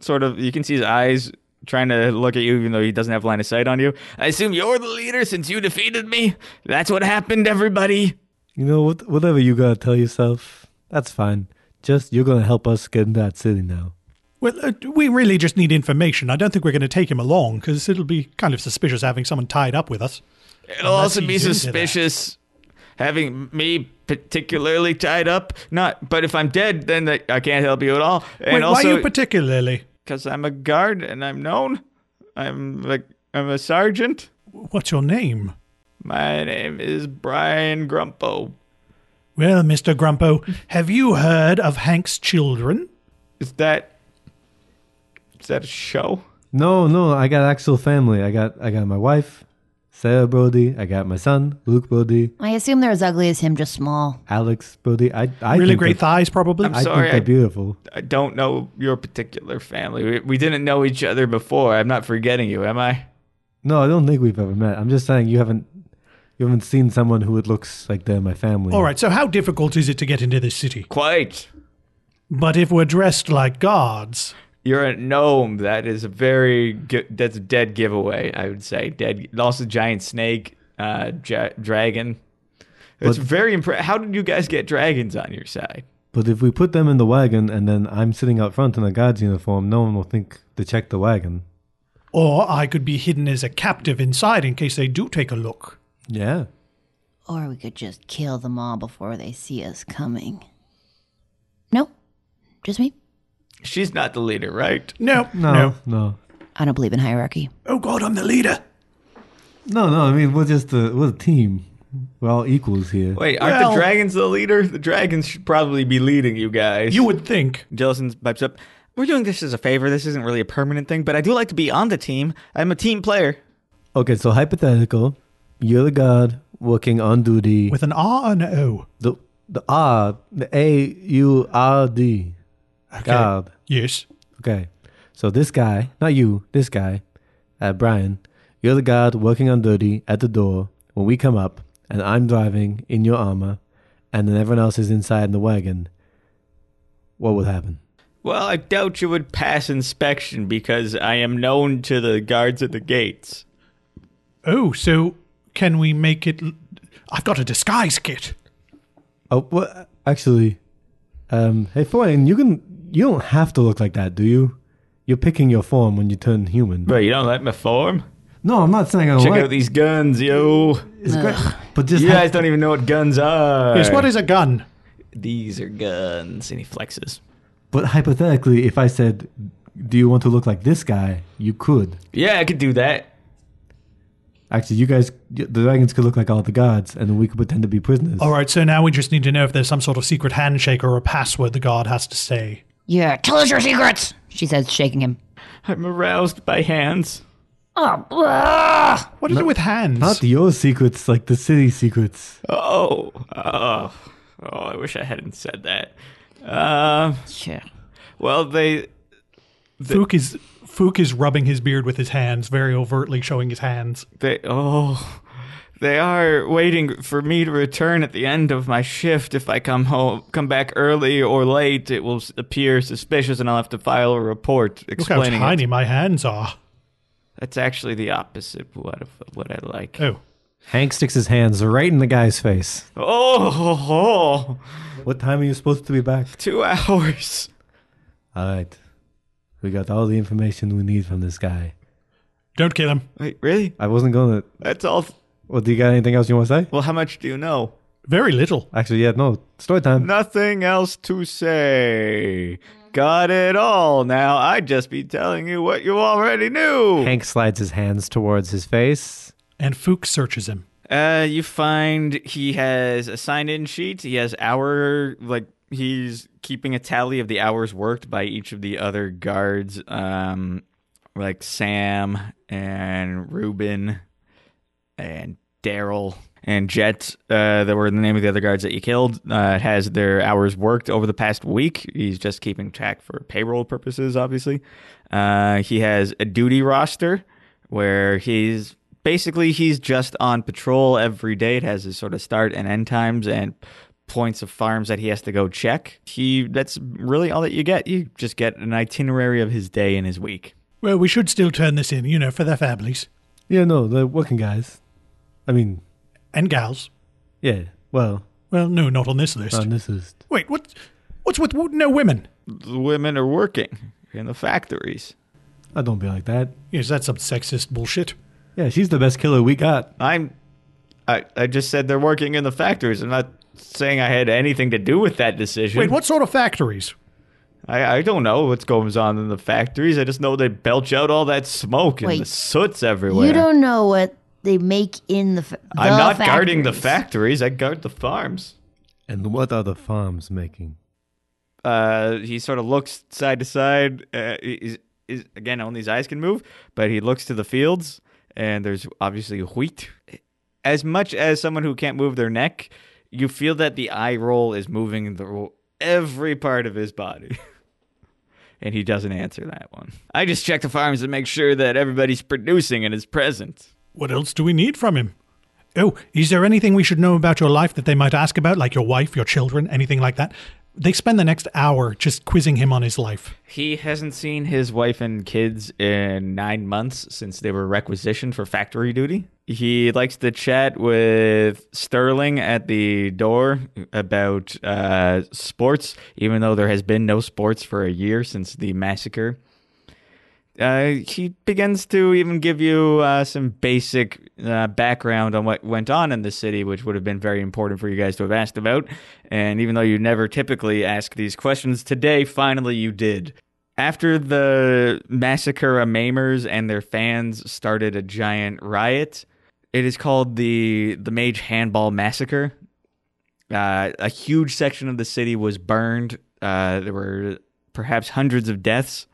S4: Sort of, you can see his eyes trying to look at you, even though he doesn't have line of sight on you. I assume you're the leader since you defeated me. That's what happened, everybody.
S3: you know, what, whatever you got to tell yourself, that's fine. Just, you're going to help us get into that city now.
S2: Well, uh, we really just need information. I don't think we're going to take him along because it'll be kind of suspicious having someone tied up with us.
S4: It'll
S2: Unless
S4: also
S2: he's
S4: be
S2: into that.
S4: suspicious having me particularly tied up. Not, but if I'm dead, then that- I can't help you at all. And
S2: Wait, why
S4: also,
S2: you particularly?
S4: because I'm a guard and I'm known, I'm like I'm a sergeant.
S2: What's your name?
S4: My name is Brian Grumpo.
S2: Well, Mr. Grumpo, have you heard of Hank's children?
S4: Is that is that a show?
S3: No, no, I got actual family. I got, I got my wife, Sarah Brody. I got my son, Luke Brody,
S1: I assume they're as ugly as him, just small.
S3: Alex Brody. I, I
S2: Really
S3: think
S2: great
S3: they're-
S2: thighs, probably.
S4: I'm
S3: I think
S4: Sorry,
S3: they're
S4: I-
S3: beautiful.
S4: I don't know your particular family. We, we didn't know each other before. I'm not forgetting you, am I?
S3: No, I don't think we've ever met. I'm just saying you haven't you haven't seen someone who it looks like they're my family.
S2: All right, so how difficult is it to get into this city?
S4: Quite.
S2: But if we're dressed like guards,
S4: You're a gnome. That is a very gi- that's a dead giveaway. I would say dead. Also, giant snake, uh, ja- dragon. It's very impressive. How did you guys get dragons on your side?
S3: But if we put them in the wagon and then I'm sitting out front in a guard's uniform, no one will think to check the wagon.
S2: or I could be hidden as a captive inside in case they do take a look.
S3: Yeah.
S1: Or we could just kill them all before they see us coming. No, just me.
S4: She's not the leader, right?
S2: No, no.
S3: No. No.
S1: I don't believe in hierarchy.
S2: Oh God, I'm the leader.
S3: No, no, I mean we're just a we're a team. We're all equals here.
S4: Wait, aren't
S2: Well-
S4: the dragons the leader? The dragons should probably be leading you guys.
S2: You would think.
S4: Jellison pipes up. We're doing this as a favor. This isn't really a permanent thing, but I do like to be on the team. I'm a team player.
S3: Okay, so hypothetical. You're the guard working on duty.
S2: With an R and an O.
S3: the the R the A U R D. Guard.
S2: Yes.
S3: Okay. So this guy, not you, this guy, uh, Brian, you're the guard working on duty at the door when we come up, and I'm driving in your armor, and then everyone else is inside in the wagon. What would happen?
S4: Well, I doubt you would pass inspection because I am known to the guards at the gates.
S2: Oh, so can we make it? l- I've got a disguise kit.
S3: Oh, well, actually, um, hey, Foyne, you can You don't have to look like that, do you? You're picking your form when you turn human.
S4: Bro, you don't like my form?
S3: No, I'm not saying I don't
S4: Check
S3: like
S4: out these guns, yo.
S3: It's great, but just
S4: You
S3: have-
S4: guys don't even know what guns are.
S2: Yes, what is a gun?
S4: These are guns. And he flexes.
S3: But hypothetically, if I said, "Do you want to look like this guy?" You could.
S4: Yeah, I could do that.
S3: Actually, you guys, the dragons could look like all the gods, and then we could pretend to be prisoners.
S2: All right, so now we just need to know if there's some sort of secret handshake or a password the guard has to say.
S1: Yeah, tell us your secrets, she says, shaking him.
S4: I'm aroused by hands.
S1: Oh, ugh.
S2: What is it with hands?
S3: Not your secrets, like the city secrets.
S4: Oh, oh, oh! I wish I hadn't said that. Um,
S1: Sure.
S4: well, they
S2: Fook is Fook is rubbing his beard with his hands, very overtly showing his hands.
S4: They oh, they are waiting for me to return at the end of my shift. If I come home, come back early or late, it will s- appear suspicious, and I'll have to file a report
S2: Look how
S4: explaining.
S2: tiny
S4: it.
S2: my hands are.
S4: That's actually the opposite of what of what I like.
S2: Oh,
S3: Hank sticks his hands right in the guy's face.
S4: Oh, ho, ho.
S3: What time are you supposed to be back?
S4: Oh, two hours.
S3: All right, we got all the information we need from this guy.
S2: don't kill him.
S4: Wait, really?
S3: I wasn't gonna.
S4: That's all.
S3: Well, do you got anything else you want to say?
S4: Well, how much do you know?
S2: Very little.
S3: Actually, yeah, no. Story time.
S4: Nothing else to say. Got it all. Now I'd just be telling you what you already knew.
S3: Hank slides his hands towards his face.
S2: And Fook searches him.
S4: Uh, you find he has a sign-in sheet. He has hour like he's keeping a tally of the hours worked by each of the other guards, um, like Sam and Ruben and Daryl and Jet. Uh, that were the name of the other guards that you killed. Uh, it has their hours worked over the past week. He's just keeping track for payroll purposes, obviously. Uh, he has a duty roster where he's basically he's just on patrol every day. It has his sort of start and end times and points of farms that he has to go check. He that's really all that you get. You just get an itinerary of his day and his week.
S2: Well, we should still turn this in, you know, for their families
S3: Yeah, no, the working guys. I mean,
S2: and gals.
S3: yeah. Well,
S2: Well, no, not on this list.
S4: Um,
S3: on this is
S2: Wait, what? What's with wo- no women?
S4: The women are working in the factories.
S3: I don't be like that.
S2: Yes, that's some sexist bullshit.
S3: Yeah, she's the best killer we got.
S4: I'm I I just said they're working in the factories. I'm not saying I had anything to do with that decision.
S2: Wait, what sort of factories?
S4: I, I don't know what's going on in the factories. I just know they belch out all that smoke and the
S1: Wait.
S4: soot's everywhere.
S1: You don't know what they make in the. Fa-
S4: I'm
S1: the
S4: not guarding the
S1: factories.
S4: factories. I guard the farms.
S3: And what are the farms making?
S4: Uh, he sort of looks side to side. Uh, is is again only his eyes can move, but he looks to the fields, and there's obviously wheat. As much as someone who can't move their neck, you feel that the eye roll is moving the every part of his body. And he doesn't answer that one. I just check the farms to make sure that everybody's producing and is present.
S2: What else do we need from him? Oh, is there anything we should know about your life that they might ask about, like your wife, your children, anything like that? They spend the next hour just quizzing him on his life.
S4: He hasn't seen his wife and kids in nine months since they were requisitioned for factory duty. He likes to chat with Sterling at the door about uh, sports, even though there has been no sports for a year since the massacre. Uh, he begins to even give you uh, some basic uh, background on what went on in the city, which would have been very important for you guys to have asked about. And even though you never typically ask these questions, today finally you did. After the massacre of Mamers and their fans started a giant riot, it is called the the Mage Handball Massacre. Uh, a huge section of the city was burned. Uh, there were perhaps hundreds of deaths.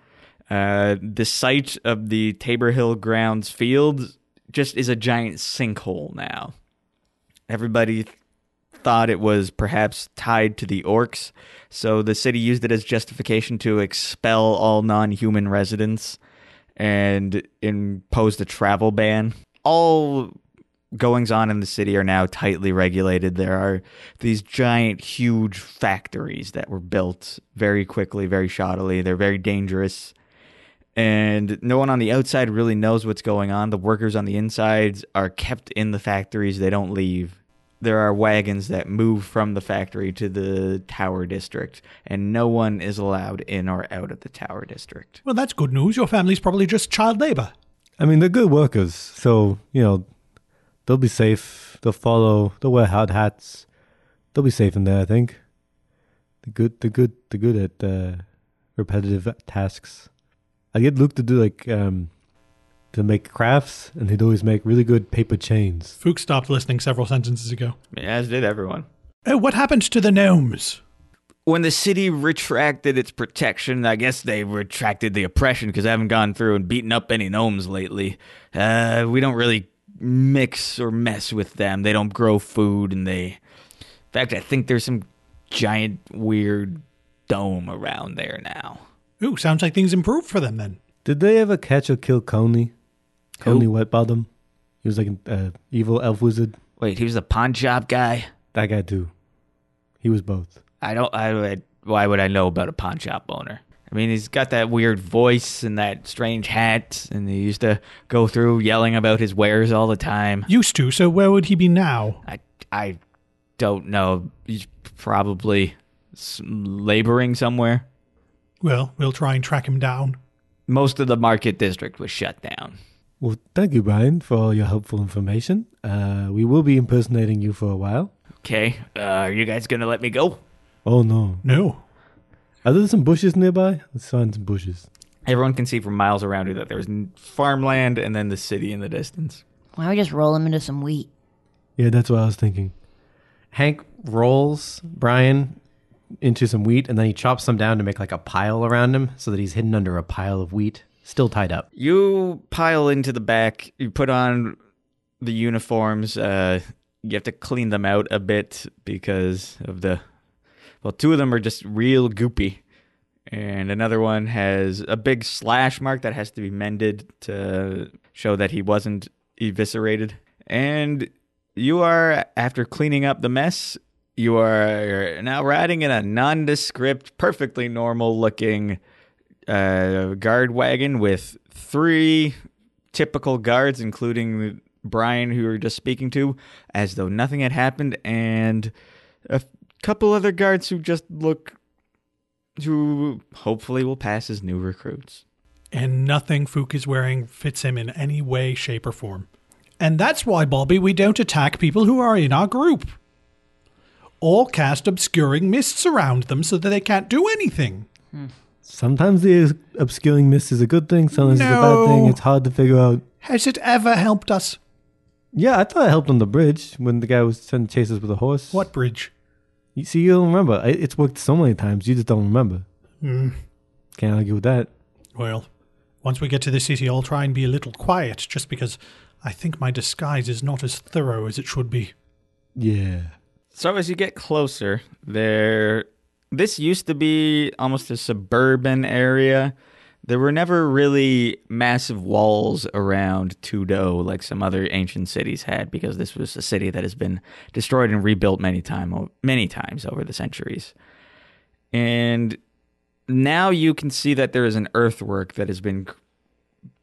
S4: Uh, the site of the Tabor Hill grounds field just is a giant sinkhole now. Everybody th- thought it was perhaps tied to the orcs, so the city used it as justification to expel all non human residents and impose a travel ban. All goings on in the city are now tightly regulated. There are these giant, huge factories that were built very quickly, very shoddily. They're very dangerous and no one on the outside really knows what's going on. The workers on the insides are kept in the factories, they don't leave. there are wagons that move from the factory to the tower district, and no one is allowed in or out of the tower district.
S2: Well, that's good news. Your family's probably just child labor.
S3: I mean, they're good workers, so you know they'll be safe. They'll follow. They'll wear hard hats. They'll be safe in there. I think. They're good. They're good. They're good at uh, repetitive tasks. I get Luke to do like um, to make crafts, and he'd always make really good paper chains.
S2: Fook stopped listening several sentences ago.
S4: As did everyone.
S2: Oh, what happened to the gnomes?
S4: When the city retracted its protection, I guess they retracted the oppression because I haven't gone through and beaten up any gnomes lately. Uh, we don't really mix or mess with them. They don't grow food, and they. In fact, I think there's some giant weird dome around there now.
S2: Ooh, sounds like things improved for them then.
S3: Did they ever catch or kill Coney? Coney Wetbottom. He was like an uh, evil elf wizard.
S4: Wait, he was the pawn shop guy.
S3: That guy too. He was both.
S4: I don't. I would. Why would I know about a pawn shop owner? I mean, he's got that weird voice and that strange hat, and he used to go through yelling about his wares all the time.
S2: Used to, so where would he be now?
S4: I, I don't know. He's probably s- laboring somewhere.
S2: Well, we'll try and track him down.
S4: Most of the market district was shut down.
S3: Well, thank you, Brian, for all your helpful information. Uh, we will be impersonating you for a while.
S4: Okay, uh, are you guys gonna let me go?
S3: Oh no!
S2: No.
S3: Are there some bushes nearby? Let's find some bushes.
S4: Everyone can see from miles around you that there's n- farmland and then the city in the distance.
S1: Why don't we just roll him into some wheat?
S3: Yeah, that's what I was thinking.
S6: Hank rolls Brian into some wheat and then he chops some down to make like a pile around him so that he's hidden under a pile of wheat, still tied up.
S4: You pile into the back. You put on the uniforms. Uh, you have to clean them out a bit because of the. Well, two of them are just real goopy, and another one has a big slash mark that has to be mended to show that he wasn't eviscerated. And you are, after cleaning up the mess, you are now riding in a nondescript, perfectly normal-looking uh, guard wagon with three typical guards, including Brian, who we were just speaking to, as though nothing had happened, and a f- couple other guards who just look who hopefully will pass as new recruits.
S2: And nothing Fook is wearing fits him in any way, shape, or form. And that's why, Bobby, we don't attack people who are in our group. Or cast obscuring mists around them so that they can't do anything.
S3: Sometimes the obscuring mist is a good thing. Sometimes it's a
S2: No.
S3: bad thing. It's hard to figure out.
S2: Has it ever helped us?
S3: Yeah, I thought I helped on the bridge when the guy was trying to chase us with a horse.
S2: What bridge?
S3: You see, you don't remember. I, it's worked so many times. You just don't remember. Mm.
S2: Hmm.
S3: Can't argue with that.
S2: Well, once we get to the city, I'll try and be a little quiet just because I think my disguise is not as thorough as it should be.
S3: Yeah.
S4: So as you get closer, there this used to be almost a suburban area. There were never really massive walls around Tudo like some other ancient cities had because this was a city that has been destroyed and rebuilt many time many times over the centuries. And now you can see that there is an earthwork that has been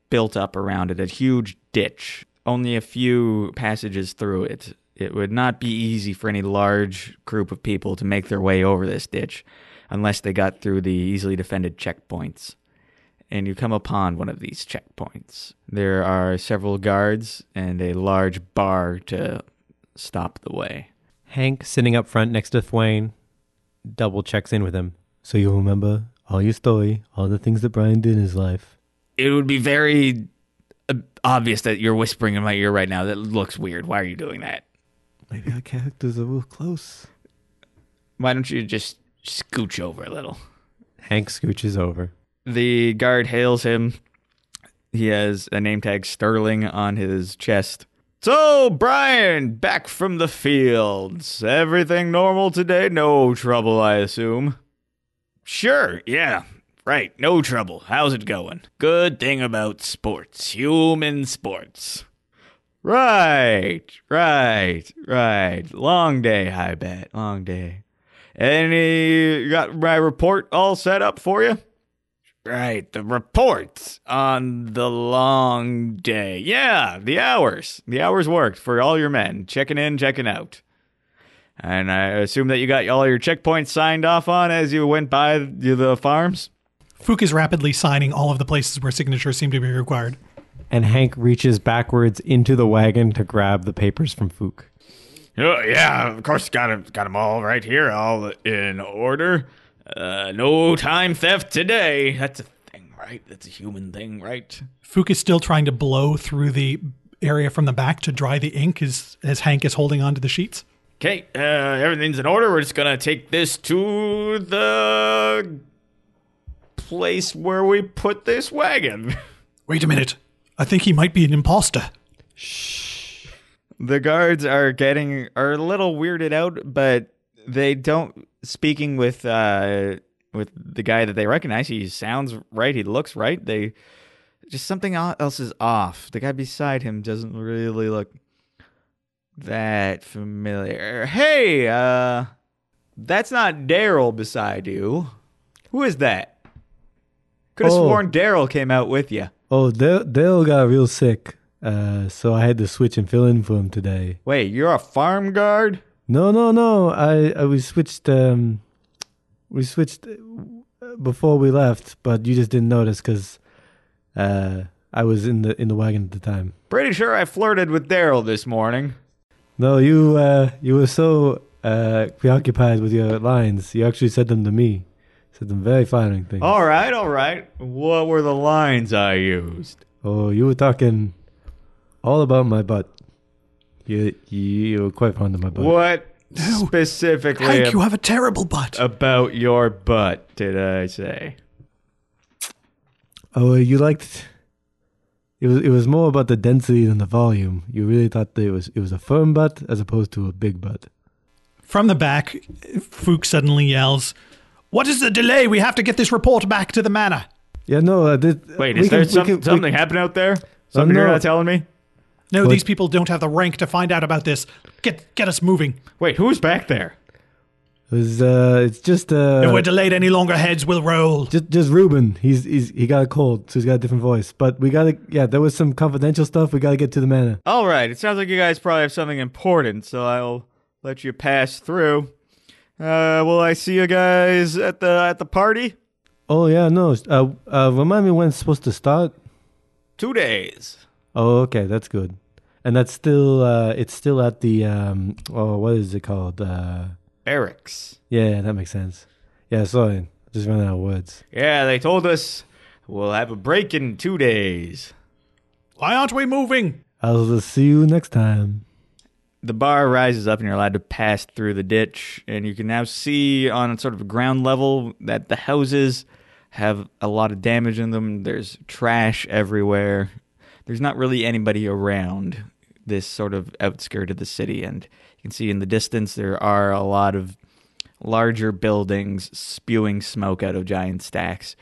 S4: built up around it, a huge ditch, only a few passages through it. It would not be easy for any large group of people to make their way over this ditch unless they got through the easily defended checkpoints. And you come upon one of these checkpoints. There are several guards and a large bar to stop the way.
S6: Hank, sitting up front next to Thwain, double checks in with him.
S3: So you'll remember all your story, all the things that Brian did in his life.
S4: It would be very uh, obvious that you're whispering in my ear right now. That looks weird. Why are you doing that?
S3: Maybe our characters are real close.
S4: Why don't you just scooch over a little?
S6: Hank scooches over.
S4: The guard hails him. He has a name tag Sterling on his chest. So, Brian, back from the fields. Everything normal today? No trouble, I assume. Sure, yeah. Right, no trouble. How's it going? Good thing about sports, human sports. Right, right, right. Long day, I bet. Long day. Any you got my report all set up for you? Right, the reports on the long day. Yeah, the hours. The hours worked for all your men. Checking in, checking out. And I assume that you got all your checkpoints signed off on as you went by the farms.
S2: Fook is rapidly signing all of the places where signatures seem to be required.
S3: And Hank reaches backwards into the wagon to grab the papers from Fook.
S7: Oh, yeah, of course, got them, got 'em all right here, all in order. Uh, no time theft today. That's a thing, right? That's a human thing, right?
S2: Fook is still trying to blow through the area from the back to dry the ink as, as Hank is holding onto the sheets.
S7: Okay, uh, everything's in order. We're just gonna take this to the place where we put this wagon.
S2: Wait a minute. I think he might be an imposter.
S4: The guards are getting are a little weirded out, but they don't speaking with uh with the guy that they recognize. He sounds right. He looks right. They just something el- else is off. The guy beside him doesn't really look that familiar. Hey, uh, that's not Daryl beside you. Who is that? Could have
S3: Oh.
S4: sworn Daryl came out with you.
S3: Oh, Dale, Dale got real sick, uh, so I had to switch and fill in for him today.
S4: Wait, you're a farm guard?
S3: No, no, no. I, I we switched. Um, we switched uh, before we left, but you just didn't notice because uh, I was in the in the wagon at the time.
S4: Pretty sure I flirted with Daryl this morning.
S3: No, you uh, you were so uh, preoccupied with your lines. You actually said them to me. Said some very flattering things.
S4: All right, all right. What were the lines I used?
S3: Oh, you were talking all about my butt. You you were quite fond of my butt.
S4: What specifically
S2: Hank, you have a terrible butt.
S4: about your butt did I say?
S3: Oh, you liked. It was it was more about the density than the volume. You really thought that it was it was a firm butt as opposed to a big butt.
S2: From the back, Fook suddenly yells, What is the delay? We have to get this report back to the manor.
S3: Yeah, no. Uh, this,
S4: Wait,
S3: we
S4: is
S3: can-
S4: there
S3: we
S4: some,
S3: can- we-
S4: something happening out there? Something you're
S3: no.
S4: not telling me?
S2: No,
S3: What?
S2: these people don't have the rank to find out about this. Get get us moving.
S4: Wait, who's back there?
S3: it was uh, it's just
S2: if we're
S3: uh,
S2: delayed any longer, heads will roll.
S3: just just Ruben. He's he's he got a cold, so he's got a different voice. But we gotta yeah. There was some confidential stuff. We gotta get to the manor.
S4: All right, it sounds like you guys probably have something important, so I'll let you pass through. Uh, will I see you guys at the at the party?
S3: Oh yeah, no. Uh, uh, remind me when it's supposed to start.
S4: Two days.
S3: Oh, okay, that's good. And that's still uh, it's still at the um, oh, what is it called? Uh,
S4: Eric's.
S3: yeah, that makes sense. Yeah, sorry, just ran out of words.
S4: Yeah, they told us we'll have a break in two days.
S2: Why aren't we moving?
S3: I'll just see you next time.
S4: the bar rises up and you're allowed to pass through the ditch and you can now see on sort of ground level that the houses have a lot of damage in them there's trash everywhere there's not really anybody around this sort of outskirt of the city and you can see in the distance there are a lot of larger buildings spewing smoke out of giant stacks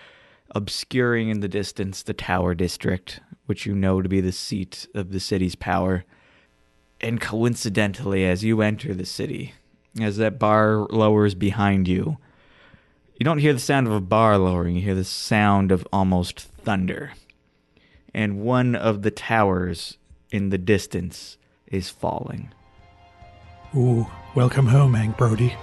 S4: obscuring in the distance the tower district which you know to be the seat of the city's power and coincidentally, as you enter the city, as that bar lowers behind you, you don't hear the sound of a bar lowering, you hear the sound of almost thunder. And one of the towers in the distance is falling.
S2: Ooh, welcome home, Hank Brody.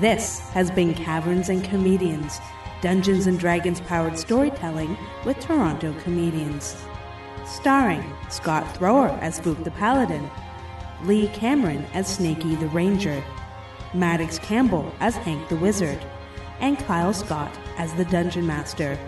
S5: This has been Caverns and Comedians, Dungeons and Dragons powered storytelling with Toronto comedians. Starring Scott Thrower as Spook the Paladin, Lee Cameron as Snaky the Ranger, Maddox Campbell as Hank the Wizard, and Kyle Scott as the Dungeon Master.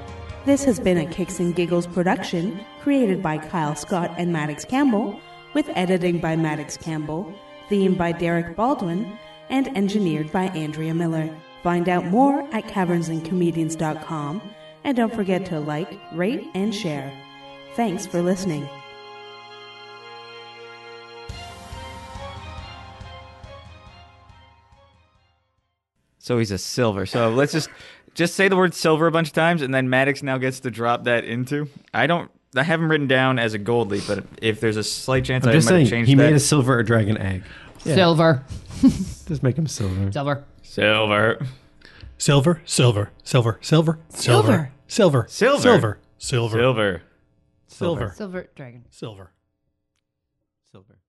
S5: This has been a Kicks and Giggles production created by Kyle Scott and Maddox Campbell, with editing by Maddox Campbell, theme by Derek Baldwin, and engineered by Andrea Miller. Find out more at cavernsandcomedians.com and don't forget to like, rate, and share. Thanks for listening.
S4: So he's a silver. So let's just just say the word silver a bunch of times, and then Maddox now gets to drop that into. I don't. I have him written down as a gold leaf, but if there's a slight chance
S6: I'm
S4: I might
S6: just
S4: have
S6: saying,
S4: changed
S6: he
S4: that.
S6: made a silver dragon egg.
S1: Silver.
S3: Just make him silver.
S1: Silver.
S4: silver.
S2: Silver, silver, silver, silver, silver, silver, silver,
S4: Silver.
S2: silver, silver,
S4: Silver.
S2: Silver.
S1: Silver dragon.
S2: Silver.
S6: Silver.